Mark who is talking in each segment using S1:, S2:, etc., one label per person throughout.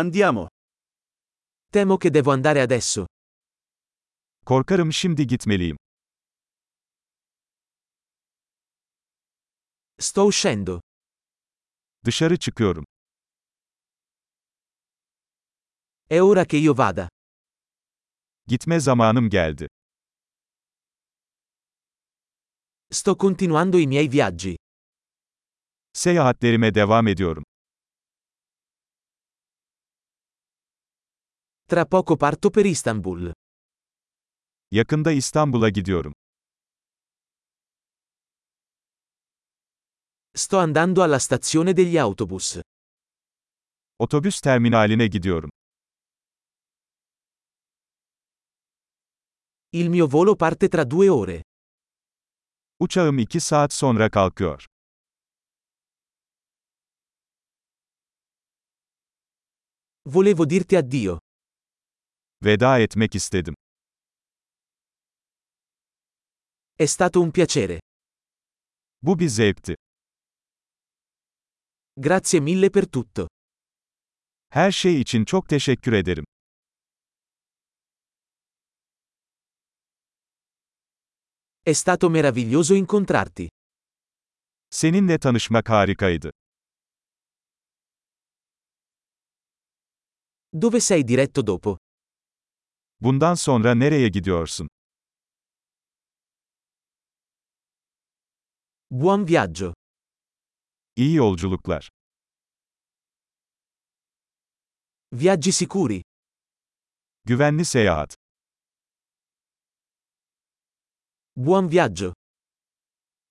S1: Andiamo. Temo che devo andare adesso.
S2: Korkarım şimdi gitmeliyim.
S1: Sto uscendo.
S2: Dışarı çıkıyorum.
S1: È ora che io vada.
S2: Gitme zamanım geldi.
S1: Sto continuando i miei viaggi.
S2: Seyahatlerime devam ediyorum.
S1: Tra poco parto per Istanbul.
S2: Yakında İstanbul'a gidiyorum.
S1: Sto andando alla stazione degli autobus.
S2: Otobüs terminaline gidiyorum.
S1: Il mio volo parte tra due ore.
S2: Uçağım 2 saat sonra kalkıyor.
S1: Volevo dirti addio.
S2: Veda etmek istedim.
S1: È stato un piacere.
S2: Bu bir zevkti.
S1: Grazie mille per tutto.
S2: Her şey için çok teşekkür ederim.
S1: È stato meraviglioso incontrarti.
S2: Seninle tanışmak harikaydı.
S1: Dove sei diretto dopo?
S2: Bundan sonra nereye gidiyorsun?
S1: Buon viaggio.
S2: İyi yolculuklar.
S1: Viaggi sicuri.
S2: Güvenli seyahat.
S1: Buon viaggio.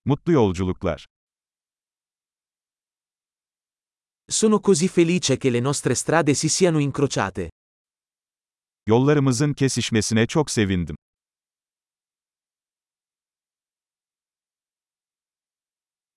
S2: Mutlu yolculuklar.
S1: Sono così felice che le nostre strade si siano incrociate.
S2: Yollarımızın kesişmesine çok sevindim.